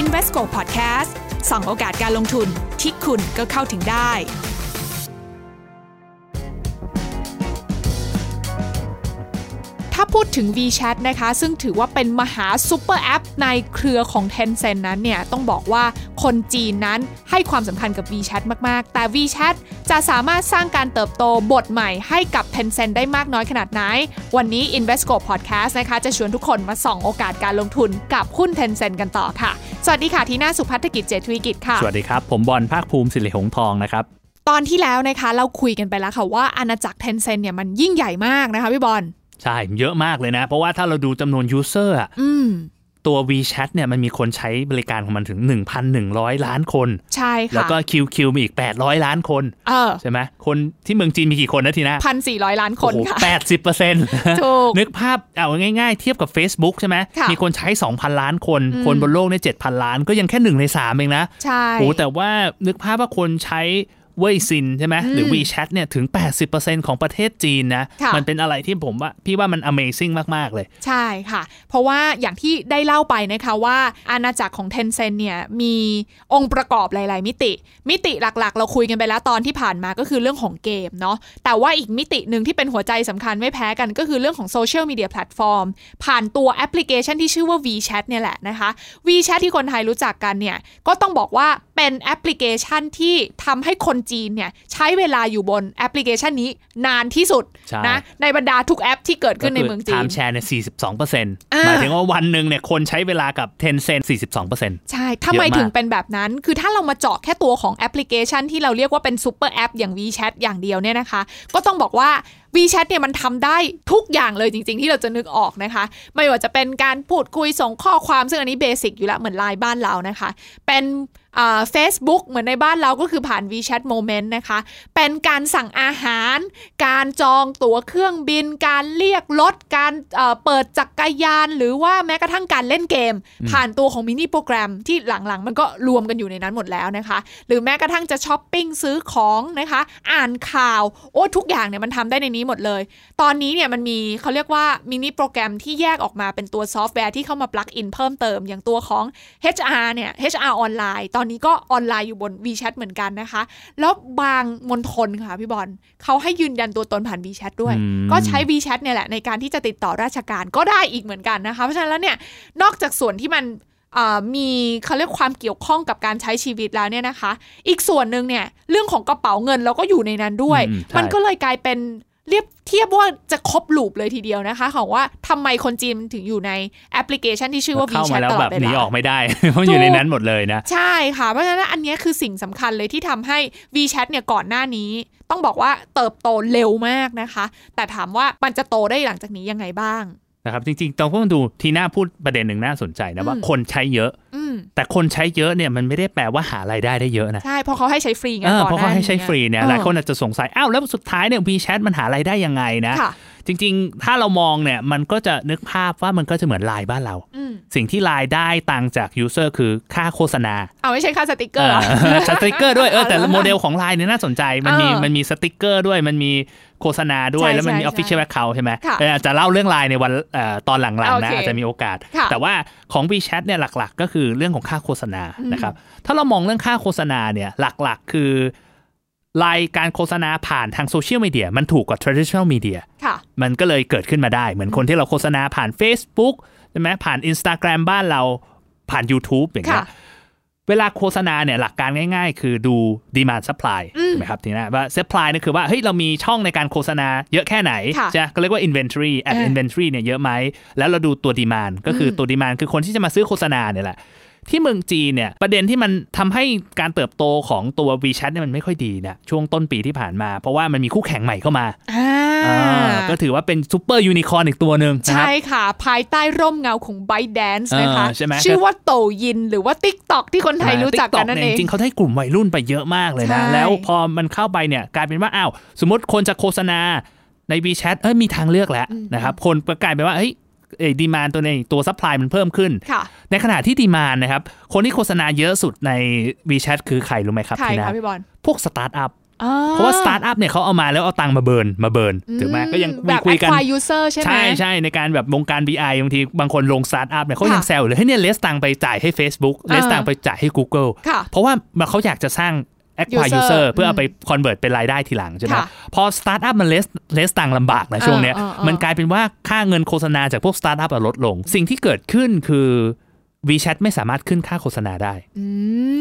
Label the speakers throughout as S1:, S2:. S1: Invesco Podcast ส่องโอกาสการลงทุนที่คุณก็เข้าถึงได้ ถ้าพูดถึง VChat นะคะ ซึ่งถือว่าเป็นมหาซูเปอร์แอปในเครือของ Tencent นั้นเนี่ย ต้องบอกว่าคนจีนนั้นให้ความสำคัญกับ VChat มาก ๆ แต่ VChat จะสามารถสร้างการเติบโตบทใหม่ให้กับ Tencent ได้มากน้อยขนาดไหน วันนี้ Invesco Podcast นะคะ จะชวนทุกคนมาส่องโอกาสการลงทุนกับหุ้น Tencent กันต่อค่ะ สวัสดีค่ะทีน่าสุภัทธกิจเจตวีกิจค่ะ
S2: สวัสดีครับ ผมบอลภาคภูมิสิริหงษ์ทองนะครับ
S1: ตอนที่แล้วนะคะเราคุยกันไปแล้วค่ะว่าอาณาจักร Tencent เนี่ยมันยิ่งใหญ่มากนะคะพี่บอล
S2: ใช่เยอะมากเลยนะ เพราะว่าถ้าเราดูจำนวนยูเซอร์
S1: อืม
S2: ตัว WeChat เนี่ยมันมีคนใช้บริการของมันถึง 1,100 ล้านคน
S1: ใช่ค่ะ
S2: แล้วก็ QQ มีอีก 800 ล้านคน
S1: เออ
S2: ใช่ไหมคนที่เมืองจีนมีกี่คนนะทีนะ
S1: พันสี่ร้อยล้านคนค่ะ
S2: แปดสิบเปอร์เซ็นต์
S1: ถูก
S2: นึกภาพเอาง่ายๆ เทียบกับ Facebook ใช่ไหม
S1: ค่ะ
S2: มีคนใช้ 2,000 ล้านคน คนบนโลกเนี่ย7,000 ล้าน ก็ยังแค่หนึ่งในสามเองนะ
S1: ใช่
S2: โอ้แต่ว่านึกภาพว่าคนใช้เว่ยซินใช่ไหมหรือ WeChat เนี่ยถึง 80%ของประเทศจีนนะ
S1: ค่ะ
S2: มัเป็นอะไรที่ผมว่าพี่ว่ามัน Amazing มากๆเลย
S1: ใช่ค่ะ เพราะว่าอย่างที่ได้เล่าไปนะคะว่าอาณาจักรของเทนเซนเนี่ยมีองค์ประกอบหลาย ๆ มิติ มิติหลัก ๆ เราคุยกันไปแล้วตอนที่ผ่านมาก็คือเรื่องของเกมเนาะแต่ว่าอีกมิติหนึ่งที่เป็นหัวใจสำคัญไม่แพ้กันก็คือเรื่องของโซเชียลมีเดียแพลตฟอร์มผ่านตัวแอปพลิเคชันที่ชื่อว่า VChat เนี่ยแหละนะคะ VChat ที่คนไทยรู้จักกันเนี่ยก็ต้องบอกว่าเป็นแอปพลิเคชันที่ทำให้คนจีนเนี่ยใช้เวลาอยู่บนแอปพลิเคชันนี้นานที่สุด
S2: ใช่
S1: นะในบรรดาทุกแอปที่เกิดขึ้นในเมืองจี
S2: ไท
S1: น
S2: ม์แชร์เนี่ย
S1: อ่า
S2: 42%หมายถึงว่าวันหนึ่งเนี่ยคนใช้เวลากับ Tencent 42%
S1: ใช่ ทำไม
S2: เยอะมาก
S1: ถึงเป็นแบบนั้น คือถ้าเรามาเจาะแค่ตัวของแอปพลิเคชันที่เราเรียกว่าเป็นซูเปอร์แอปอย่าง WeChat อย่างเดียวเนี่ยนะคะ ก็ต้องบอกว่า WeChat เนี่ยมันทำได้ทุกอย่างเลยจริง ๆ ที่เราจะนึกออกนะคะ ไม่ว่าจะเป็นการพูดคุยส่งข้อความซึ่งอันนี้เบสิกอยู่แล้วเหมือนไลน์บ้านเรานะคะ เป็นเฟซบุ๊กเหมือนในบ้านเราก็คือผ่าน WeChat Moment นะคะ เป็นการสั่งอาหาร การจองตั๋วเครื่องบิน การเรียกรถ การเอ่อเปิดจักรยาน หรือว่าแม้กระทั่งการเล่นเกม ผ่านตัวของมินิโปรแกรมที่หลังๆ มันก็รวมกันอยู่ในนั้นหมดแล้วนะคะ หรือแม้กระทั่งจะช้อปปิ้งซื้อของนะคะ อ่านข่าว โอ้ทุกอย่างเนี่ยมันทำได้ในนี้หมดเลย ตอนนี้เนี่ยมันมีเขาเรียกว่ามินิโปรแกรมที่แยกออกมาเป็นตัวซอฟต์แวร์ที่เข้ามาปลักอินเพิ่มเติมอย่างตัวของ HR เนี่ย HR ออนไลน์ ตอนนี้ก็ออนไลน์อยู่บน WeChat เหมือนกันนะคะ แล้วบางมณฑลค่ะพี่บอลเขาให้ยืนยันตัวตนผ่าน WeChat ด้วย
S2: อืม
S1: ก็ใช้ WeChat เนี่ยแหละในการที่จะติดต่อราชการก็ได้อีกเหมือนกันนะคะ เพราะฉะนั้นแล้วเนี่ยนอกจากส่วนที่มันเอ่อมีเขาเรียกความเกี่ยวข้องกับการใช้ชีวิตแล้วเนี่ยนะคะ อีกส่วนหนึ่งเนี่ยเรื่องของกระเป๋าเงินเราก็อยู่ในนั้นด้วย
S2: อืมใช่
S1: มันก็เลยกลายเป็นเรียบเทียบว่าจะครบลูปเลยทีเดียวนะคะของว่าทำไมคนจีนถึงอยู่ในแอปพลิเคชันที่ชื่อว่า
S2: เข้ามา
S1: WeChat
S2: แล้ว
S1: ตล
S2: แบ
S1: อด
S2: บ
S1: เว
S2: หนี
S1: ลา
S2: ออกไม่ได้ เพราะอยู่ในนั้นหมดเลยนะ
S1: ใช่ค่ะ เพราะฉะนั้นอันเนี้ยคือสิ่งสำคัญเลยที่ทำให้ VChat เนี่ยก่อนหน้านี้ ต้องบอกว่าเติบโตเร็วมากนะคะ แต่ถามว่ามันจะโตได้หลังจากนี้ยังไงบ้าง
S2: นะครับจริงๆต้องต้องดูทีน่าพูดประเด็นหนึ่งน่าสนใจนะว่า
S1: อืม
S2: คนใช้เยอะ
S1: อืม
S2: แต่คนใช้เยอะเนี่ยมันไม่ได้แปลว่าหารายได้ได้เยอะนะ
S1: ใช่เพราะเขาให้ใช้ฟรีไง
S2: เออ
S1: ก่อน
S2: เพราะ
S1: หน้านี้
S2: เขาให้ใช้ฟรีเนี่ย
S1: ออ
S2: หลายคนอาจจะสงสัยอ้าวแล้วสุดท้ายเนี่ย WeChat มันหารายได้ยังไงนะ
S1: ค่ะ
S2: จริงๆ ถ้าเรามองเนี่ยมันก็จะนึกภาพว่ามันก็จะเหมือนไลน์บ้านเรา
S1: อืม
S2: สิ่งที่ไลน์ได้ตังค์จากยูเซอร์คือค่าโฆษณา
S1: เอาไม่ใช่ค่าสติกเกอร์เหรอ
S2: เอ อสติกเกอร์ด้วยเออ แต่โมเดลของไลน์เนี่ยน่าสนใจมันมี
S1: เออ
S2: มันมีสติกเกอร์ด้วยมันมีโฆษณาด้วย
S1: ใช่
S2: แล้วมันมีอ
S1: ใช่
S2: อฟฟิเชียลแวคเคาใช่ไหม
S1: ค่ะ
S2: เอออาจจะเล่าเรื่องไลน์ในวันเอ่อตอนหลังๆนะ
S1: โอเค
S2: อาจจะมีโอกาส
S1: ค่ะ
S2: แต่ว่าของ WeChat เนี่ยหลักๆ ก็คือเรื่องของค่าโฆษณา
S1: อืม
S2: นะครับถ้าเรามองเรื่องค่าโฆษณาเนี่ยหลักๆ คือรายการโฆษณาผ่านทางโซเชียลมีเดียมันถูกกว่า traditional media
S1: ค่ะ
S2: มันก็เลยเกิดขึ้นมาได้ เหมือนคนที่เราโฆษณาผ่าน Facebook ใช่ไหมผ่าน Instagram บ้านเราผ่าน YouTube อย่างเงี้
S1: ค่ะ
S2: ยเวลาโฆษณาเนี่ยหลักการง่ายๆ คือดู demand supply ใช่ไหมครับทีนี้ว่า supply เนี่ยคือว่าเฮ้ยเรามีช่องในการโฆษณาเยอะแค่ไหน
S1: ค่ะ
S2: จะก็เรียกว่า inventory ad
S1: เออ
S2: inventory เนี่ยเยอะไหม แล้วเราดูตัว demand ก็คืออตัว demand คือคนที่จะมาซื้อโฆษณาเนี่ยแหละ ที่เมืองจีนเนี่ยประเด็นที่มันทำให้การเติบโตของตัว WeChat เนี่ยมันไม่ค่อยดีนะช่วงต้นปีที่ผ่านมา เพราะว่ามันมีคู่แข่งใหม่เข้ามา
S1: อ่า
S2: อ่าก็ถือว่าเป็นซูเปอร์ยูนิคอร์นอีกตัวหนึ่งนะครั
S1: ใช่
S2: บ
S1: ค่ะ ภายใต้ร่มเงาของ ByteDance นะคะ
S2: เออใช่ไหม
S1: ชื่อว่าโตยินหรือว่า TikTok ที่คนไทยรู้จักกันนั่นเอง
S2: จริงๆเขาได้กลุ่มวัยรุ่นไปเยอะมากเลยนะ
S1: ใช่
S2: แล้วพอมันเข้าไปเนี่ยกลายเป็นว่าอ้าวสมมติคนจะโฆษณาใน WeChat เอ้ยมีทางเลือกแล้วนะครับคนก็กลายเป็นว่าเฮ้ยดีมานตัวในตัวซัพพลายมันเพิ่มขึ้น
S1: ค่ะ
S2: ในขณะที่ดีมานนะครับ คนที่โฆษณาเยอะสุดใน WeChat คือใครรู้ไหมครับ
S1: ใคร
S2: ที
S1: คะ
S2: น่า
S1: พี่บอล
S2: พวกสตาร์ทอัพ
S1: อ่
S2: เพราะว่าสตาร์ทอัพเนี่ยเขาเอามาแล้วเอาตังค์มาเบิร์นมาเบิร์นถึงไหมก็ยัง
S1: แบบ
S2: คุยกัน
S1: acquire user ใช่ไหม
S2: ใช่ใช่ในการแบบวงการ BI บางทีบางคนลงสตาร์ทอัพเนี่ยเขายัง
S1: ค่ะ
S2: แซวเลยให้ยเนี่ยเลสตังค์ไปจ่ายให้ Facebook เลสตังค์ไปจ่ายให้ Google
S1: ค่ะ
S2: เพราะว่ามันเขาอยากจะสร้าง acquire
S1: User
S2: user เพื่อเอา
S1: อืม
S2: ไป convert เป็นรายได้ทีหลังใช่ไหม
S1: ค่ะ
S2: พอสตาร์ทอัพมันเลสเลสตังค์ลำบากนะช่วงเนี้ย
S1: เออเออเออ
S2: มันกลายเป็นว่าค่าเงินโฆษณาจากพวกสตาร์ทอัพลดลง สิ่งที่เกิดขึ้นคือ WeChat ไม่สามารถขึ้นค่าโฆษณาได้
S1: อื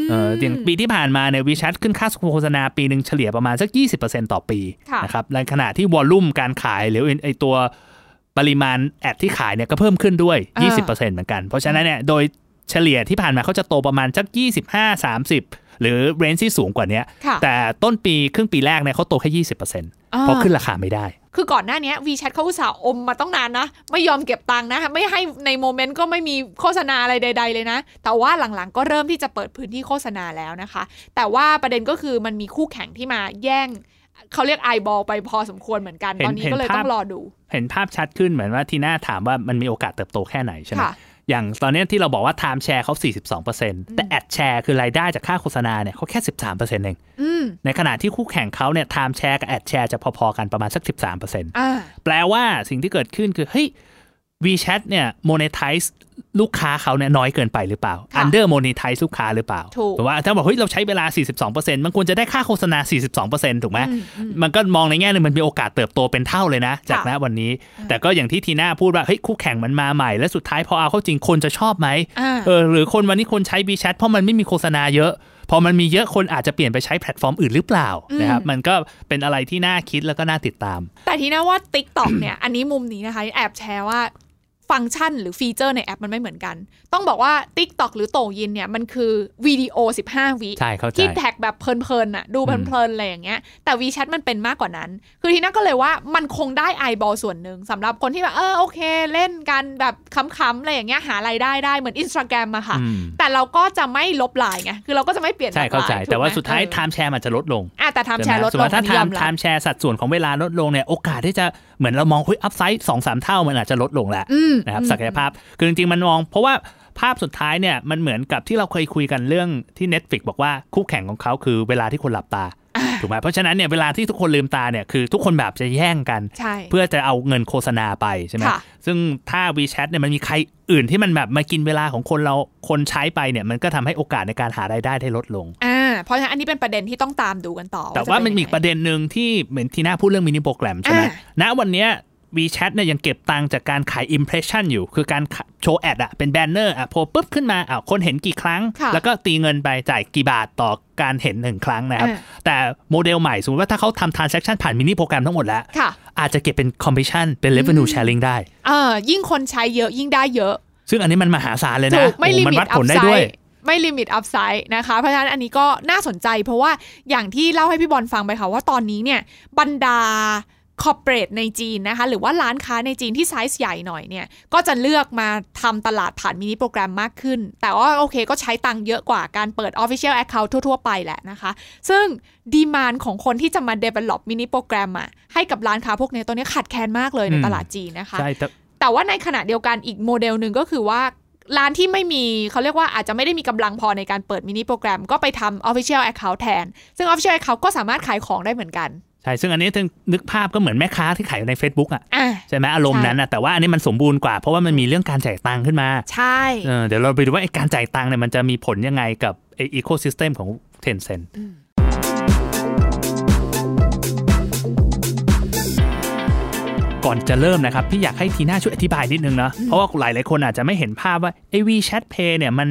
S1: ม
S2: เอออย่างปีที่ผ่านมาเนี่ยวีแชทขึ้นค่าโฆษณาปีหนึ่งเฉลี่ยประมาณสัก 20%ต่อปี
S1: ค่ะ
S2: นะครับในขณะที่วอลลุ่มการขายหรือไอตัว ปริมาณแอดที่ขายเนี่ยก็เพิ่มขึ้นด้วย
S1: อ่า
S2: 20%เหมือนกัน เพราะฉะนั้นเนี่ยโดยเฉลี่ยที่ผ่านมาเขาจะโตประมาณสัก 25 30 หรือเรนจ์ที่สูงกว่าเนี้ย
S1: ค่ะ
S2: แต่ต้นปีครึ่งปีแรกเนี่ยเขาโตแค่ 20%เพราะขึ้นราคาไม่ได้
S1: คือก่อนหน้าเนี้วีแชทเขาอุตส่าห์อมมาต้องนานนะ ไม่ยอมเก็บตังค์นะ ไม่ให้ในโมเมนต์ก็ไม่มีโฆษณาอะไรใด ๆ เลยนะ แต่ว่าหลังๆก็เริ่มที่จะเปิดพื้นที่โฆษณาแล้วนะคะ แต่ว่าประเด็นก็คือมันมีคู่แข่งที่มาแย่ง เขาเรียกไอบอลไปพอสมควรเหมือนกัน
S2: เห็น
S1: ตอนนี้
S2: เห็น
S1: ก็เลย
S2: ภาพ
S1: ต้องรอดู
S2: เห็นภาพชัดขึ้นเหมือนว่าทีน่าถามว่ามันมีโอกาสเติบโตแค่ไหนใช่ไหม
S1: ค่ะ
S2: อย่างตอนเนี้ยที่เราบอกว่าไทม์แชร์เขา 42%แต่แอดแชร์คือรายได้จากค่าโฆษณาเนี่ยเขาแค่ 13%เอง
S1: อืม
S2: ในขณะที่คู่แข่งเขาเนี่ยไทม์แชร์กับแอดแชร์จะพอๆกันประมาณสัก 13%
S1: อ่า
S2: แปลว่าสิ่งที่เกิดขึ้นคือ เฮ้ย WeChat เนี่ย monetize ลูกค้าเขาเนี่ยน้อยเกินไปหรือเปล่า
S1: ค่ะ
S2: under monetize ลูกค้าหรือเปล่า
S1: ถูก
S2: แต่ว่าถ้าบอกเฮ้ย เราใช้เวลา 42%มันควรจะได้ค่าโฆษณา 42%ถูกไหมมันก็มองในแง่หนึงมันมีโอกาสเติบโตเป็นเท่าเลยนะ จากณวันนี้ แต่ก็อย่างที่ทีน่าพูดว่าเฮ้ยคู่แข่งมันมาใหม่ และสุดท้ายพอเอาเข้าจริงคนจะชอบไหม
S1: อ่า
S2: เออหรือคนวันนี้คนใช้ WeChat เพราะมันไม่มีโฆษณาเยอะ พอมันมีเยอะคนอาจจะเปลี่ยนไปใช้แพลตฟอร์มอื่นหรือเปล่านะครับมันก็เป็นอะไรที่น่าคิดแล้วก็น่าติดตาม
S1: แต่ทีน่าว่า t ิ k t o k เนี่ย อันนี้มุมนี้นะคะแอบแชร์ว่าฟังก์ชันหรือฟีเจอร์ในแอปมันไม่เหมือนกัน ต้องบอกว่า t ิ k t o k หรือโตยินเนี่ย มันคือวิดีโอ 15 วิ
S2: ใช่เข้าใจ
S1: ที่แท็กแบบเพลินๆน่ะดูเพลินๆอะไรอย่างเงี้ยแต่วีแชทมันเป็นมากกว่านั้น คือทีน่าก็เลยว่ามันคงได้ไอบอลส่วนหนึ่งสำหรับคนที่แบบเออโอเค เล่นกันแบบขำๆอะไรอย่างเงี้ยหารายได้ได้เหมือนอินสตาแกรมอะค่ะ
S2: อืม
S1: แต่เราก็จะไม่ลบลายไงคือเราก็จะไม่เปลี่ยน
S2: ใช่
S1: แบบ
S2: เข้าใจ
S1: ลยถูก
S2: แต่ว่า
S1: ไหม
S2: สุดท้าย
S1: เออ
S2: ไทม์แชร์มันจะลดลง
S1: อ่ะแต่ไทม์แชร์ลด
S2: ใช่ไห
S1: ล
S2: ม
S1: ง
S2: ถ้า
S1: อันนี้ยอม
S2: ไทำ
S1: รับ
S2: ไทม์แชร์สัดส่วนของเวลาลดลงเนี่ยโอกาสที่จะเหมือนเรามองคุยอัพไซด์สองสามเท่ามันอาจจะลดลงแหละ
S1: อืม
S2: นะครับ
S1: อืม
S2: ศักยภาพคือจริงๆ มันมอง เพราะว่าภาพสุดท้ายเนี่ยมันเหมือนกับที่เราเคยคุยกันเรื่องที่ Netflix บอกว่าคู่แข่งของเขาคือเวลาที่คนหลับตาถูกไหมเพราะฉะนั้นเนี่ยเวลาที่ทุกคนลืมตาเนี่ยคือทุกคนแบบจะแย่งกัน
S1: ใช่
S2: เพื่อจะเอาเงินโฆษณาไปใช่ไหม
S1: ค่ะ
S2: ซึ่งถ้า WeChat เนี่ยมันมีใครอื่นที่มันแบบมากินเวลาของคนเราคนใช้ไปเนี่ยมันก็ทำให้โอกาสในการหารายได้ได้ลดลง
S1: อ่าเพราะฉะนั้นอันนี้เป็นประเด็นที่ต้องตามดูกันต่อ
S2: แต่ว่ามันมีอี
S1: จ
S2: ก
S1: เป็
S2: ป
S1: ยังไง
S2: ระเด็นหนึ่งที่เหมือนทีน่าพูดเรื่องมินิโปรแกรมใช่ไหม
S1: อ่า
S2: ณวันเนี้ย WeChat เนี่ยยังเก็บตังค์จากการขาย impression อยู่ คือการขะโชว์แอดอะเป็นแบนเนอร์อะโพลปุ๊บขึ้นมาอ่ะคนเห็นกี่ครั้ง
S1: ค่ะ
S2: แล้วก็ตีเงินไปจ่ายกี่บาทต่อการเห็นหนึ่งครั้งนะครับ
S1: อ่า
S2: แต่โมเดลใหม่สมมติว่าถ้าเขาทำ transaction ผ่านมินิโปรแกรมทั้งหมดแล้ว
S1: ค่ะ
S2: อาจจะเก็บเป็น commission เป็น revenue sharing ได้
S1: เออยิ่งคนใช้เยอะยิ่งได้เยอะ
S2: ซึ่งอันนี้มันมหาศาลเลย
S1: ถู
S2: นะ
S1: กไม่
S2: โอ้
S1: ลิ
S2: มั
S1: มิต
S2: วัด
S1: อั
S2: ผ
S1: พ
S2: ลได้
S1: ไซ
S2: ด้วย
S1: ด์ไม่ลิมิตอัพไซด์นะคะ เพราะฉะนั้นอันนี้ก็น่าสนใจ เพราะว่าอย่างที่เล่าให้พี่บอลฟังไปค่ะว่าตอนนี้เนี่ยบรรดาคอร์เปรสในจีนนะคะ หรือว่าร้านค้าในจีนที่ไซส์ใหญ่หน่อยเนี่ย ก็จะเลือกมาทำตลาดผ่านมินิโปรแกรมมากขึ้น แต่ว่าโอเคก็ใช้ตังค์เยอะกว่าการเปิด Official Account ทั่วๆไปแหละนะคะ ซึ่งดีมานของคนที่จะมา develop มินิโปรแกรมอะให้กับร้านค้าพวกเนี้ยตอนนี้ขาดแคลนมากเลยใน
S2: อืม
S1: ตลาดจีนนะคะ
S2: ใช่แต่
S1: แต่ว่าในขณะเดียวกันอีกโมเดลหนึ่งก็คือว่า ร้านที่ไม่มีเขาเรียกว่าอาจจะไม่ได้มีกำลังพอในการเปิดมินิโปรแกรม ก็ไปทำ Official Account แทน ซึ่ง Official Account ก็สามารถขายของได้เหมือนกัน
S2: ใช่ ซึ่งอันนี้ถึงนึกภาพก็เหมือนแม่ค้าที่ขายอยู่ใน Facebook อ่ะ
S1: อ่ะ
S2: ใช่ไหมอารมณ์
S1: ใช่
S2: นั้นนะแต่ว่าอันนี้มันสมบูรณ์กว่า เพราะว่ามันมีเรื่องการจ่ายตังค์ขึ้นมา
S1: ใช่
S2: เออเดี๋ยวเราไปดูว่าไอ้การจ่ายตังค์เนี่ยมันจะมีผลยังไงกับไอ้อีโคซิสเต็มของ Tencent ก่อนจะเริ่มนะครับ พี่อยากให้ทีน่าช่วยอธิบายนิดนึงเนาะเพราะว่าหลายหลายๆคนอาจจะไม่เห็นภาพว่าไอ้ WeChat Pay เนี่ยมัน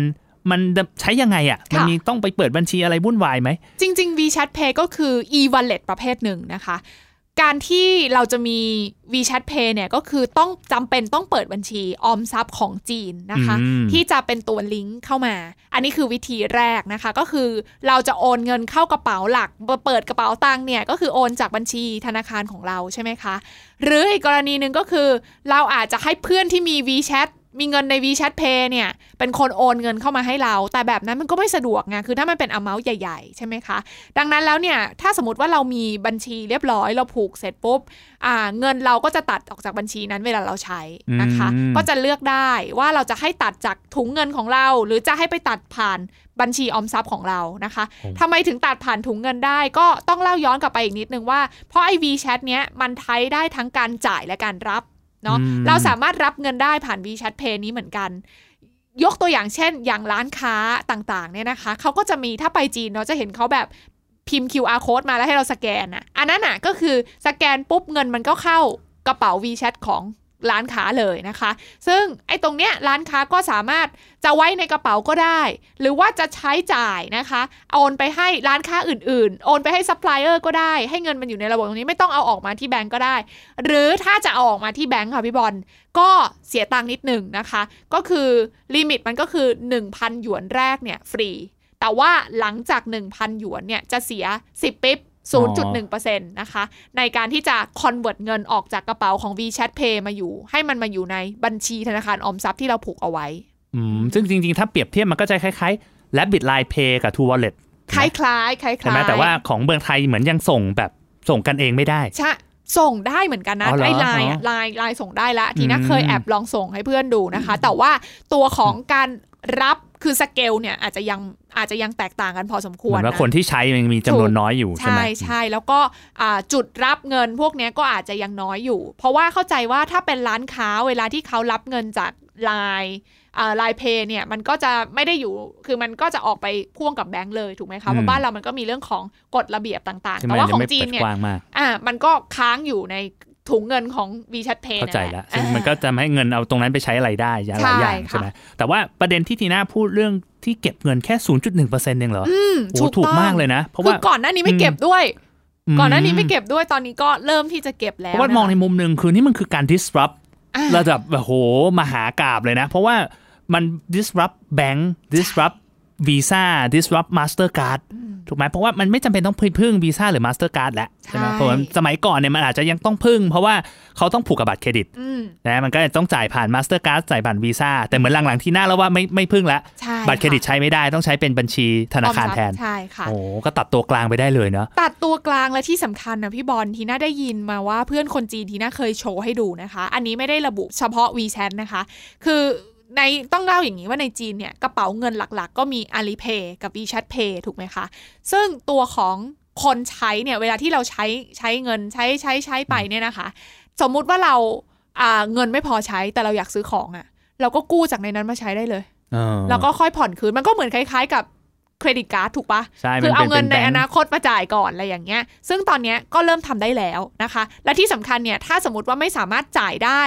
S2: มันใช้ยังไงอะ่ะมันมีต้องไปเปิดบัญชีอะไรวุ่นวายไหม
S1: จริง ๆ WeChat Pay ก็คือ e-wallet ประเภทหนึ่งนะคะ การที่เราจะมี WeChat Pay เนี่ยก็คือต้องจำเป็นต้องเปิดบัญชีออมทรัพย์ของจีนนะคะ
S2: อืม
S1: ที่จะเป็นตัวลิงก์เข้ามา อันนี้คือวิธีแรกนะคะ ก็คือเราจะโอนเงินเข้ากระเป๋าหลัก เปิดกระเป๋าตังค์เนี่ยก็คือโอนจากบัญชีธนาคารของเราใช่ไหมคะ หรืออีกกรณีหนึ่งก็คือ เราอาจจะให้เพื่อนที่มี WeChat มีเงินใน WeChat Pay เนี่ย เป็นคนโอนเงินเข้ามาให้เรา แต่แบบนั้นมันก็ไม่สะดวกไงคือถ้ามันเป็น amount ใหญ่ ๆ ใช่ไหมคะ ดังนั้นแล้วเนี่ย ถ้าสมมติว่าเรามีบัญชีเรียบร้อย เราผูกเสร็จปุ๊บอ่าเงินเราก็จะตัดออกจากบัญชีนั้นเวลาเราใช้นะคะ
S2: อืม
S1: ก็จะเลือกได้ว่าเราจะให้ตัดจากถุงเงินของเรา หรือจะให้ไปตัดผ่านบัญชีออมทรัพย์ของเรานะคะทำไมถึงตัดผ่านถุงเงินได้ ก็ต้องเล่าย้อนกลับไปอีกนิดนึงว่า เพราะไอ WeChat เนี้ยมันใช้ได้ทั้งการจ่ายและการรับ เนาะ
S2: อืม
S1: เราสามารถรับเงินได้ผ่าน WeChat Pay นี้เหมือนกัน ยกตัวอย่างเช่น อย่างร้านค้าต่างๆเนี่ยนะคะเขาก็จะมีถ้าไปจีนเนาะจะเห็นเขาแบบพิมพ์ QR code มาแล้วให้เราสแกนอ่ะอันนั้นอ่ะก็คือสแกนปุ๊บเงินมันก็เข้ากระเป๋า WeChat ของร้านค้าเลยนะคะ ซึ่งไอ้ตรงเนี้ยร้านค้าก็สามารถจะไว้ในกระเป๋าก็ได้ หรือว่าจะใช้จ่ายนะคะโอนไปให้ร้านค้าอื่นๆ โอนไปให้ซัพพลายเออร์ก็ได้ ให้เงินมันอยู่ในระบบตรงนี้ไม่ต้องเอาออกมาที่แบงก์ก็ได้ หรือถ้าจะเอาออกมาที่แบงก์ค่ะพี่บอลก็เสียตังค์นิดหนึ่งนะคะ ก็คือลิมิตมันก็คือ 1,000 หยวนแรกเนี่ยฟรี แต่ว่าหลังจาก 1,000 หยวนเนี่ยจะเสีย 10ปิ๊บ0.1%นะคะ ในการที่จะ convert เงินออกจากกระเป๋าของ WeChat Pay มาอยู่ ให้มันมาอยู่ในบัญชีธนาคารออมทรัพย์ที่เราผูกเอาไว้
S2: อืมซึ่งจริงๆ ถ้าเปรียบเทียบมันก็จะคล้ายๆ Rabbit Line Pay กับ True Wallet
S1: คล้ายๆคล้ายๆ
S2: ใช่ไหมแต่ว่าของเมืองไทยเหมือนยังส่งแบบส่งกันเองไม่ได้
S1: ใช่ส่งได้เหมือนกันนะ
S2: อ๋อเหรอ
S1: ไอ้ไลน์
S2: อ๋อ
S1: ไลน์ไลน์ส่งได้ละทีน่า
S2: อืม
S1: เคยแอบลองส่งให้เพื่อนดูนะคะ แต่ว่าตัวของการรับคือสเกลเนี่ยอาจจะยังอาจจะยังแตกต่างกันพอสมค
S2: เห
S1: ว
S2: มื
S1: ร
S2: อนว่า
S1: นะ
S2: คนที่ใช้มันมีจำนวนน้อยอยู่ใช่ไห
S1: ใช่
S2: ม
S1: ใช่แล้วก็อ่าจุดรับเงินพวกเนี้ยก็อาจจะยังน้อยอยู่ เพราะว่าเข้าใจว่าถ้าเป็นร้านค้าเวลาที่เขารับเงินจากไลน์ไลน์เพย์เนี่ยมันก็จะไม่ได้อยู่คือมันก็จะออกไปพ่วงกับแบงก์เลยถูกไหมคะเพ
S2: อื
S1: ราะ
S2: ม
S1: บ้านเรามันก็มีเรื่องของกฎระเบียบต่างๆ
S2: ใช่ไหม
S1: แต่ว่า
S2: ยั
S1: ของ
S2: ไม่
S1: จี
S2: เปิ
S1: น
S2: ด
S1: เนี่ย
S2: กว้างมาก
S1: อ่ามันก็ค้างอยู่ในถุงเงินของ WeChat Pay
S2: เข้าใจแล้วซึ่งมัน
S1: อ่า
S2: ก็จะให้เงินเอาตรงนั้นไปใช้อะไรได้หลายอย่าง
S1: ใช่ค่ะ
S2: ใช่ไหมแต่ว่าประเด็นที่ทีน่าพูดเรื่องที่เก็บเงินแค่ 0.1%เองเหรอ
S1: อืม
S2: โอ้ถูกมากเลยนะ เพราะ
S1: คื
S2: ว่า
S1: อก่อนหน้านี้ไม่
S2: อืม
S1: เก็บด้วย
S2: ม
S1: ก่อนหน้านี้ไม่เก็บด้วยตอนนี้ก็เริ่มที่จะเก็บแล้
S2: เพ
S1: ว
S2: ราะว่ามองใน
S1: นะคะ
S2: มุมหนึ่งคือนี่มันคือการ disrupt
S1: อ่า
S2: ระดับแบบโหมหากาบเลยนะ เพราะว่ามัน disrupt bank disrupt visa disrupt mastercard ถูกไหมเพราะว่ามันไม่จำเป็นต้องพึ่ง visa หรือ mastercard แล้วใช่ไหม
S1: ใช่
S2: เพราะว่าสมัยก่อนเนี่ยมันอาจจะยังต้องพึ่ง เพราะว่าเขาต้องผูกกับบัตรเครดิต
S1: อืม
S2: นะมันก็ต้องจ่ายผ่านมาสเตอร์การ์ดจ่ายผ่านวีซ่าแต่เหมือนหลังๆที่หน้าแล้วว่าไม่ไม่พึ่งละ
S1: ใช่
S2: บัตรเครดิต
S1: ะ
S2: ใช้ไม่ได้ต้องใช้เป็นบัญชีธนาคารแทน
S1: ออมทรัพย์ใช่ค่ะ
S2: โอ้ก็ตัดตัวกลางไปได้เลยเนาะ
S1: ตัดตัวกลางและที่สำคัญนะพี่บอลทีน่าได้ยินมาว่าเพื่อนคนจีนทีน่าเคยโชว์ให้ดูนะคะ อันนี้ไม่ได้ระบุเฉพาะ WeChat นะคะ คือในต้องเล่าอย่างนี้ว่าในจีนเนี่ยกระเป๋าเงินหลักๆ ก็มี Alipay กับ WeChat Pay ถูกไหมคะ ซึ่งตัวของคนใช้เนี่ยเวลาที่เราใช้ใช้เงินใช้ใช้ใช้ไปเนี่ยนะคะ สมมุติว่าเราอ่าเงินไม่พอใช้แต่เราอยากซื้อของอะ่ะ เราก็กู้จากในนั้นมาใช้ได้เลย แล้วก็ค่อยผ่อนคืนมันก็เหมือนคล้าย ๆ กับเครดิตการ์ดถูกปะ
S2: ใช่
S1: คื
S2: มั
S1: อเอาเงินใน
S2: ป็แบ
S1: อ
S2: ค์
S1: นาคตมาจ่ายก่อนอะไรอย่างเงี้ย ซึ่งตอนเนี้ยก็เริ่มทำได้แล้วนะคะ และที่สำคัญเนี่ย ถ้าสมมติว่าไม่สามารถจ่ายได้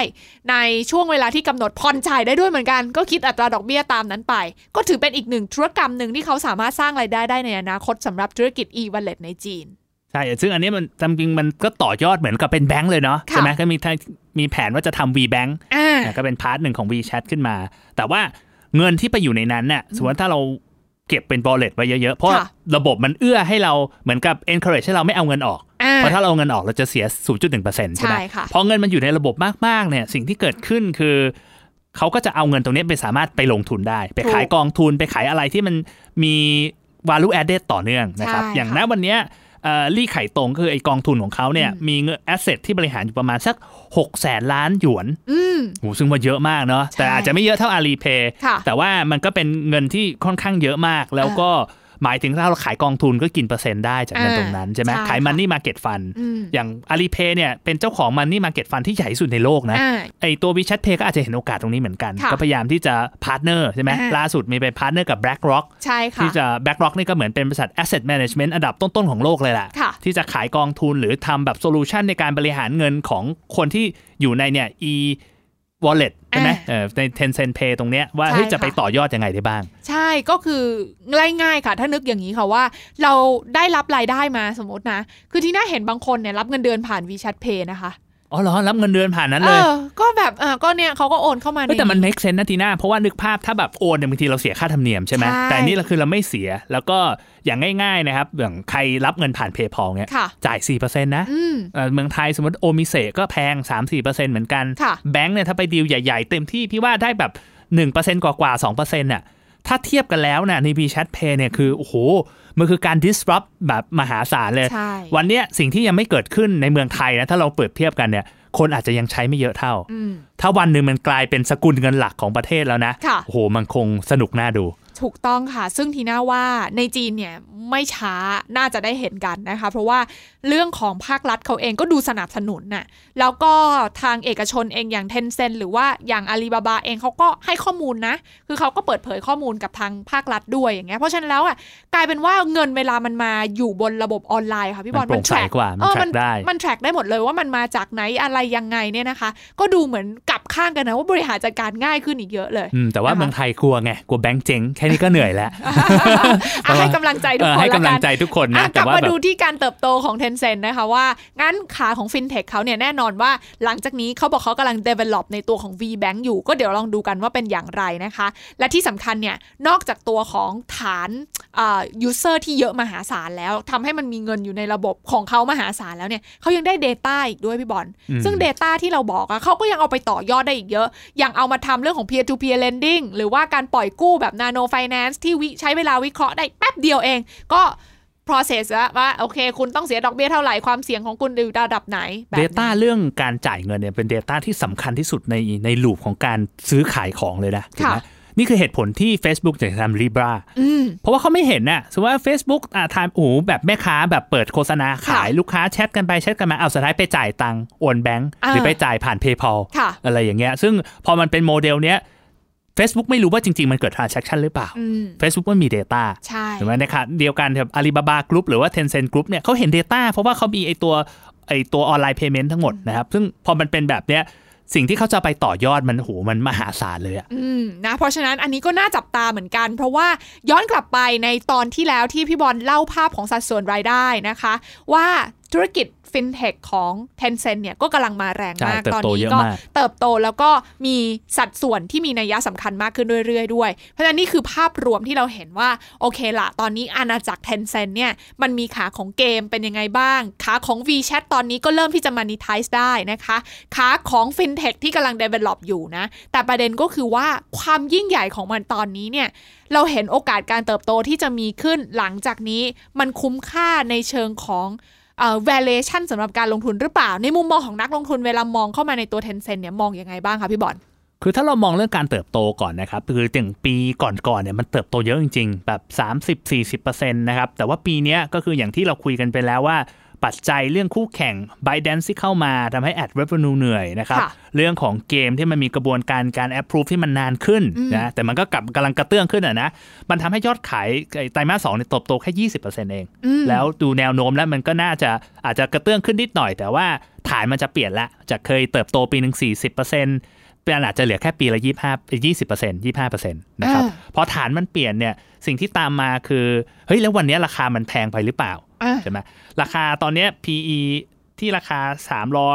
S1: ในช่วงเวลาที่กำหนดผ่อนจ่ายได้ด้วยเหมือนกัน ก็คิดอัตราดอกเบี้ยตามนั้นไป ก็ถือเป็นอีกหนึ่งธุรกรรมหนึ่งที่เขาสามารถสร้างรายได้ได้ในอนาคตสำหรับธุรกิจ e-wallet ในจีน
S2: ใช่ ซึ่งอันนี้มันจริงๆมันก็ต่อยอดเหมือนกับเป็นแบงก์เลยเนาะ
S1: ค่ะ
S2: ใช่ไหมก็มีทางมีแผนว่าจะทำ V Bank
S1: อ่า
S2: เนี่ยก็เป็นพาร์ทหนึ่งของ WeChat ขึ้นมา แต่ว่าเงินที่ไปอยู่ในนั้นเนี่ยสมมติว่าถ้าเราเก็บเป็น wallet ไว้เยอะๆ เพราะ
S1: ค่ะ
S2: ระบบมันเอื้อให้เราเหมือนกับ encourage ให้เราไม่เอาเงินออก
S1: อ่า
S2: เพราะถ้าเราเอาเงินออกเราจะเสีย 0.1%ใช่ไหม
S1: ใช่ค่ะ
S2: พอเงินมันอยู่ในระบบมาก ๆ เนี่ย สิ่งที่เกิดขึ้นคือ เขาก็จะเอาเงินตรงเนี้ยไปสามารถไปลงทุนได้ ไปขายกองทุนไปขายอะไรที่มันมี value added ต่อเนื่องนะครับ
S1: ใช่ค่ะ
S2: อย่างณวันเนี้ยเอ่อลี่ไข่ตรงคือไอกองทุนของเขาเนี่ยมีเงิน asset ที่บริหารอยู่ประมาณสัก6แสนล้านหยวนโหซึ่งว่าเยอะมากเนาะแต่อาจจะไม่เยอะเท่าอาลีเพย์
S1: ค่ะ
S2: แต่ว่ามันก็เป็นเงินที่ค่อนข้างเยอะมาก แล้วก็หมายถึงถ้าเราขายกองทุนก็กินเปอร์เซ็นต์ได้จากเงิน
S1: อ่า
S2: ตรงนั้นใช่ไหม
S1: ใช่
S2: ขายมั
S1: ค่ะ
S2: นนี่มาเก็ตฟัน
S1: อืม
S2: อย่าง Alipay เนี่ยเป็นเจ้าของมันนี่มาเก็ตฟันที่ใหญ่ที่สุดในโลกนะ
S1: อ่า
S2: ไอตัว WeChat Pay ก็อาจจะเห็นโอกาสตรงนี้เหมือนกัน
S1: ค่ะ
S2: ก็พยายามที่จะพาร์ทเนอร์ใช่ไหม
S1: อ่า
S2: ล่าสุดมีไปพาร์ทเนอร์กับ BlackRock
S1: ใช่ค่ะ
S2: ที่จะ BlackRock นี่ก็เหมือนเป็นบริษัท Asset Management อันดับต้น ๆ ของโลกเลยแหละ
S1: ค่ะ
S2: ที่จะขายกองทุนหรือทำแบบโซลูชันในการบริหารเงินของคนที่อยู่ในเนี่ย e wallet ใช่ไหม
S1: อ่า
S2: เออใน Tencent Pay ตรงเนี้ยว่าเฮ้ย
S1: ใช่
S2: จะไป
S1: ค่ะ
S2: ต่อยอดยังไงได้บ้าง
S1: ใช่ก็คือง่ายๆค่ะ ถ้านึกอย่างนี้ค่ะว่า เราได้รับรายได้มาสมมตินะ คือที่น่าเห็นบางคนเนี่ยรับเงินเดือนผ่าน WeChat Pay นะคะ
S2: อ๋อเหรอรับเงินเดือนผ่านนั้นเลย
S1: ออ ก็แบบเออก็เนี่ยเขาก็โอนเข้ามา
S2: เอ้ยแต่มัน
S1: ใ
S2: make sense นะทีน่าเพราะว่านึกภาพถ้าแบบโอนเนี่ยบางทีเราเสียค่าธรรมเนียมใช่ไหม
S1: ใช่
S2: แต่นี่เราคือเราไม่เสียแล้วก็อย่างง่ายๆนะครับอย่างใครรับเงินผ่านเพย์พอเนี่ย
S1: ค่ะ
S2: จ่าย 4%นะ
S1: อืม
S2: เอ่อเมืองไทยสมมติโอมิเซก็แพง 3-4%เหมือนกัน
S1: ค่ะ
S2: แบงค์เนี่ยถ้าไปดีลใหญ่ๆ เต็มที่พี่ว่าได้แบบ 1%กว่าๆ2%น่ะถ้าเทียบกันแล้วน่ะใน WeChat Pay เนี่ยคือโอ้โหมันคือการ disrupt แบบมหาศาลเลย
S1: ใช่
S2: วันเนี้ยสิ่งที่ยังไม่เกิดขึ้นในเมืองไทยนะถ้าเราเปรียบเทียบกันเนี่ยคนอาจจะยังใช้ไม่เยอะเท่า
S1: อืม
S2: ถ้าวันหนึ่งมันกลายเป็นสกุลเงินหลักของประเทศแล้วนะ
S1: ค่ะ
S2: โอ้โห มันคงสนุกน่าดู
S1: ถูกต้องค่ะ ซึ่งทีน่าว่าในจีนเนี่ยไม่ช้าน่าจะได้เห็นกันนะคะ เพราะว่าเรื่องของภาครัฐเขาเองก็ดูสนับสนุนน่ะแล้วก็ทางเอกชนเองอย่างเทนเซ n นหรือว่าอย่างอาลีบาบาเองเขาก็ให้ข้อมูลนะ คือเขาก็เปิดเผยข้อมูลกับทางภาครัฐด้วยอย่างเงี้ยเพราะฉะนั้นแล้วอ่ะกลายเป็นว่าเงินเวลามันมาอยู่บนระบบออนไลน์ค่ะพี่บอล
S2: มันโปร่งใส
S1: แทร็
S2: กว่ามัน
S1: เออ
S2: track ได้
S1: มันแทร็กได้หมดเลยว่ามันมาจากไหนอะไรยังไงเนี่ยนะคะ ก็ดูเหมือนกลับข้างกันนะว่าบริหารจัดการง่ายขึ้นอีกเยอะเลย
S2: อืมแต่ว่า
S1: นะคะ
S2: เมืองไทยกลัวไง กลัวแบงก์เจ๊งแค่นี้ก็เหนื่อยแล้ว
S1: อ่ะให้กำลังใจทุ
S2: เอก
S1: ค
S2: อ
S1: น
S2: ให้
S1: ละ
S2: กำลั
S1: กั
S2: ง
S1: น
S2: ใจทุกคนนะ
S1: อ่ะก
S2: แต่
S1: ลับ
S2: ว่า
S1: มา
S2: แบบ
S1: ดูที่การเติบโตของ Tencent นะคะว่า งั้นขาของ FinTech เขาเนี่ยแน่นอนว่าหลังจากนี้เขาบอกเขากำลัง develop ในตัวของ VBank อยู่ก็เดี๋ยวลองดูกันว่าเป็นอย่างไรนะคะ และที่สำคัญเนี่ยนอกจากตัวของฐานเอ่อ user ที่เยอะมหาศาลแล้วทำให้มันมีเงินอยู่ในระบบของเขามหาศาลแล้วเนี่ยเขายังได้ Data อีกด้วยพี่บอล
S2: อืม
S1: ซึ่ง Data ที่เราบอกอะเขาก็ยังเอาไปต่อยอดได้อีกเยอะ อย่างเอามาทำเรื่องของ peer to peer lending หรือว่าการปล่อยกู้แบบ nano finance ที่วิใช้เวลาวิเคราะห์ได้แป๊บเดียวเอง ก็ process แล้วว่าโอเค คุณต้องเสียดอกเบี้ยเท่าไหร่ ความเสี่ยงของคุณอยู่ระดับไหนแบบ
S2: เด
S1: นี้
S2: ต้าเรื่องการจ่ายเงินเนี่ยเป็น Data ที่สำคัญที่สุดในในลูปของการซื้อขายของเลยนะถูกไหมนี่คือเหตุผลที่ Facebook จะทำ Libra
S1: อืม
S2: เพราะว่าเขาไม่เห็นน่ะสมมติว่า Facebook อ่ะทำโอ้โหแบบแม่ค้าแบบเปิดโฆษณาขาย
S1: ค่ะ
S2: ลูกค้าแชทกันไปแชทกันมาเอาสุดท้ายไปจ่ายตังค์โอนแบงค์ห
S1: อ่า
S2: รือไปจ่ายผ่าน PayPal
S1: ค่ะ
S2: อะไรอย่างเงี้ยซึ่งพอมันเป็นโมเดลเนี้ย Facebook ไม่รู้ว่าจริง ๆ มันเกิด transaction หรือเปล่า
S1: อืม
S2: Facebook มันมี Data
S1: ใช่
S2: ถูกไหมนะครับเดียวกันกับ Alibaba Group หรือว่า Tencent Group เนี่ยเขาเห็น Data เพราะว่าเขามีไอตัวไอตัวออนไลน์ payment ทั้งหมดนะครับซึ่งพอมันเป็นแบบเนี้ยสิ่งที่เขาจะไปต่อยอดมันโหมันมหาศาลเลยอะ
S1: อืมนะเพราะฉะนั้นอันนี้ก็น่าจับตาเหมือนกัน เพราะว่าย้อนกลับไปในตอนที่แล้วที่พี่บอลเล่าภาพของสัดส่วนรายได้นะคะ ว่าธุรกิจฟินเทคของ Tencent เนี่ยก็กำลังมาแรงมาก
S2: ใช่เติ
S1: ต
S2: บ
S1: อน
S2: โต
S1: นี้
S2: เยอะ
S1: ก็
S2: มาก
S1: เติบโตแล้วก็มีสัดส่วนที่มีนัยยะสำคัญมากขึ้นเรื่อยๆด้วย เพราะฉะนั้นนี่คือภาพรวมที่เราเห็นว่า โอเคละตอนนี้อาณาจักร Tencent เนี่ยมันมีขาของเกมเป็นยังไงบ้าง ขาของ WeChat ตอนนี้ก็เริ่มที่จะ monetize ได้นะคะ ขาของ FinTech ที่กำลัง develop อยู่นะ แต่ประเด็นก็คือว่าความยิ่งใหญ่ของมันตอนนี้เนี่ย เราเห็นโอกาสการเติบโตที่จะมีขึ้นหลังจากนี้มันคุ้มค่าในเชิงของเอ่อ valuation สำหรับการลงทุนหรือเปล่า ในมุมมองของนักลงทุนเวลามองเข้ามาในตัว Tencent เนี่ยมองยังไงบ้างคะพี่บอล
S2: คือถ้าเรามองเรื่องการเติบโตก่อนนะครับคืออย่างปีก่อนๆเนี่ยมันเติบโตเยอะจริงๆ แบบ 30-40%นะครับแต่ว่าปีเนี้ยก็คืออย่างที่เราคุยกันไปแล้วว่า ปัจจัยเรื่องคู่แข่ง ByteDance ที่เข้ามาทำให้ Ad Revenue เหนื่อยนะครับ
S1: ค่ะ
S2: เรื่องของเกมที่มันมีกระบวนการการ Approve ที่มันนานขึ้นนะแต่มันก็กลับกำลังกระเตื้องขึ้นอ่ะนะมันทำให้ยอดขายไอ้ไตรมาสสองเนี่ยเติบโตแค่ 20%เอง
S1: อืม
S2: แล้วดูแนวโน้มแล้วมันก็น่าจะอาจจะกระเตื้องขึ้นนิดหน่อย แต่ว่าฐานมันจะเปลี่ยนละจากเคยเติบโตปีหนึ่ง40%เป็นอาจจะเหลือแค่ปีละ25 20% 25%นะครับ
S1: อ่า
S2: พอฐานมันเปลี่ยนเนี่ยสิ่งที่ตามมาคือเฮ้ยแล้ววันเนี้ยราคามันแพงไปหรือเปล่า
S1: อ่ะ
S2: ใช่ไหมราคาตอนเนี้ย PE ที่ราคา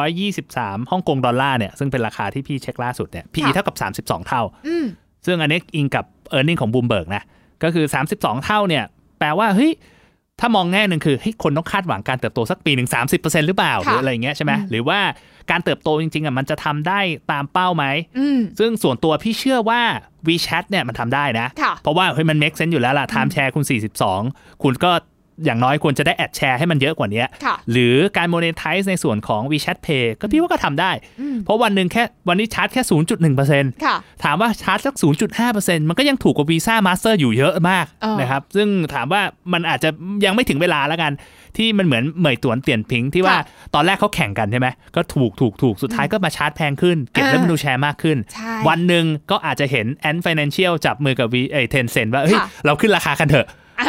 S2: 323ฮ่องกงดอลลาร์เนี่ย ซึ่งเป็นราคาที่พี่เช็คล่าสุดเนี่ย PE
S1: ค่ะ
S2: เท่ากับ 32 เท่า
S1: อืม
S2: ซึ่งอันนี้อิงกับ e a r n i n g ของบูมเบิร์กนะ ก็คือ 32 เท่าเนี่ย แปลว่า เฮ้ย ถ้ามองแง่หนึ่งคือเฮ้ยคนต้องคาดหวังการเติบโตสักปีหนึ่ง30%หรือเปล่า ห
S1: ค่ะ
S2: รืออะไรอย่างเงี้ยใช่ไหม
S1: อืม
S2: หรือว่าการเติบโตจริงๆอ่ะมันจะทำได้ตามเป้าไหม
S1: อืม
S2: ซึ่งส่วนตัวพี่เชื่อว่า WeChat เนี่ยมันทำได้นะ
S1: ค่ะ
S2: เพราะว่าเฮ้ยมัน make sense อยู่แล้วล่ะ time share คุณ 42 คุณก็อย่างน้อยควรจะได้แอดแชร์ให้มันเยอะกว่านี้
S1: ค่ะ
S2: หรือการ monetize ในส่วนของ WeChat Pay ก็พี่ว่าก็ทำได้
S1: อืม
S2: เพราะวันหนึ่งแค่วันนี้ชาร์จแค่ 0.1%
S1: ค่ะ
S2: ถามว่าชาร์จสัก 0.5%มันก็ยังถูกกว่า Visa Master อยู่เยอะมาก
S1: เออ
S2: นะครับ ซึ่งถามว่ามันอาจจะยังไม่ถึงเวลาแล้วกัน ที่มันเหมือนเหมยตวนเตียนพิงที่ว่า
S1: ค่ะ
S2: ตอนแรกเขาแข่งกันใช่ไหมก็ถูกถูกถูกสุดท้ายก็มาชาร์จแพงขึ้นเก็บ
S1: อ่า
S2: แล้วมันดูแชร์มากขึ้น
S1: ใช่
S2: วันหนึ่งก็อาจจะเห็นแอนด์ฟินแลนเชียลจับมือกับวีเอเทนเซนว่าเฮ้ย
S1: ค่ะ
S2: เราขึ้นราคากันเถ อะ
S1: อ่ะ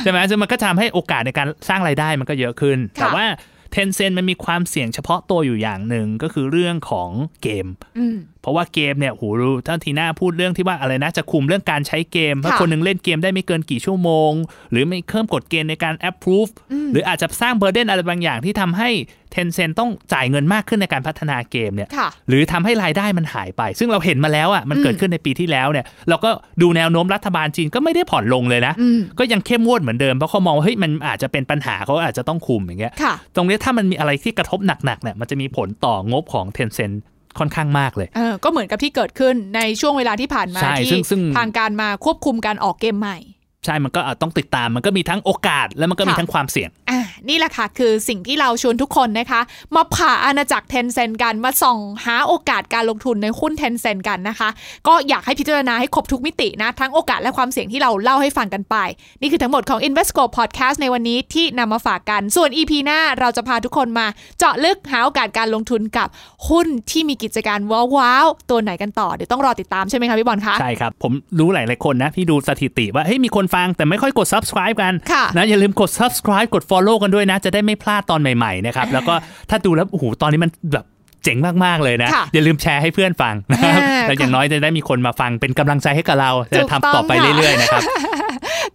S2: ใช่ไหมซึ่งมันก็จะทำให้โอกาสในการสร้างรายได้มันก็เยอะขึ้น
S1: ค่ะ
S2: แต่ว่าเทนเซนมันมีความเสี่ยงเฉพาะตัวอยู่อย่างหนึ่งก็คือเรื่องของเกม
S1: อืม
S2: เพราะว่าเกมเนี่ยโหรู้ท่านทีน่าพูดเรื่องที่ว่าอะไรนะจะคุมเรื่องการใช้เกมว่าคนหนึ่งเล่นเกมได้ไม่เกินกี่ชั่วโมง หรือไม่เพิ่มกฎเกณฑ์ในการ approve หรืออาจจะสร้างเบอร์เดนอะไรบางอย่างที่ทำให้ Tencent ต้องจ่ายเงินมากขึ้นในการพัฒนาเกมเนี่ย
S1: ค่ะ
S2: หรือทำให้รายได้มันหายไป ซึ่งเราเห็นมาแล้วอ่ะมันเกิดขึ้นในปีที่แล้วเนี่ย เราก็ดูแนวโน้มรัฐบาลจีนก็ไม่ได้ผ่อนลงเลยนะ
S1: อืม
S2: ก็ยังเข้มงวดเหมือนเดิมเพราะเขามองว่าเฮ้ยมันอาจจะเป็นปัญหาเขาอาจจะต้องคุมอย่างเงี้ย
S1: ค่ะ
S2: ตรงเนี้ยถ้ามันมีอะไรที่กระทบหนักๆเนี่ยมันจะมีผลต่องบของ Tencent ค่อนข้างมากเลย
S1: เออก็เหมือนกับที่เกิดขึ้นในช่วงเวลาที่ผ่านมา
S2: ใช่
S1: ที่
S2: ซึ่งซึ่ง
S1: ทางการมาควบคุมการออกเกมใหม่
S2: ใช่มันก็อาจต้องติดตามมันก็มีทั้งโอกาส แล้วมันก็มี
S1: ค่ะ
S2: ทั้งความเสี่ยง
S1: อ่านี่แหละค่ะ คือสิ่งที่เราชวนทุกคนนะคะ มาผ่าอาณาจักรเทนเซนกันมาส่องหาโอกาสการลงทุนในหุ้นเทนเซนกันนะคะ ก็อยากให้พิจารณาให้ครบทุกมิตินะ ทั้งโอกาสและความเสี่ยงที่เราเล่าให้ฟังกันไป นี่คือทั้งหมดของ Invesco Podcast ในวันนี้ที่นำมาฝากกัน ส่วน EP หน้าเราจะพาทุกคนมาเจาะลึกหาโอกาสการลงทุนกับหุ้นที่มีกิจการว้าวๆตัวไหนกันต่อเดี๋ยวต้องรอติดตามใช่ไหมคะพี่บอลคะ
S2: ใช่ครับ ผมรู้หลายๆคนนะ ที่ดูสถิติว่าเฮ้ยมีคนฟังแต่ไม่ค่อยกด subscribe กัน
S1: ค่ะ
S2: นะอย่าลืมกด subscribe กด follow กันด้วยนะ จะได้ไม่พลาดตอนใหม่ๆนะครับ แล้วก็ถ้าดูแล้วโอ้โหตอนนี้มันแบบเจ๋งมาก ๆ เลยนะ
S1: ค่ะ
S2: อย่าลืมแชร์ให้เพื่อนฟังนะครับ
S1: อ่า
S2: แล้วอย่างน้อยจะได้มีคนมาฟังเป็นกำลังใจให้กับเรา
S1: ถู
S2: จะ
S1: ก
S2: ทำ
S1: ต้อง
S2: ต่อไป
S1: ค่ะ
S2: เรื่อยๆนะครับ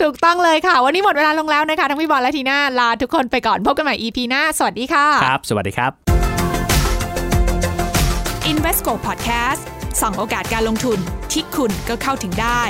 S1: ถูกต้องเลยค่ะ วันนี้หมดเวลาลงแล้วนะคะทั้งพี่บอลและทีน่าลาทุกคนไปก่อนพบกันใหม่ EP หน้า สวัสดีค่ะ
S2: ครับ สวัสดีครับ
S1: Invesco Podcast ส่องโอกาสการลงทุนที่คุณก็เข้าถึงได้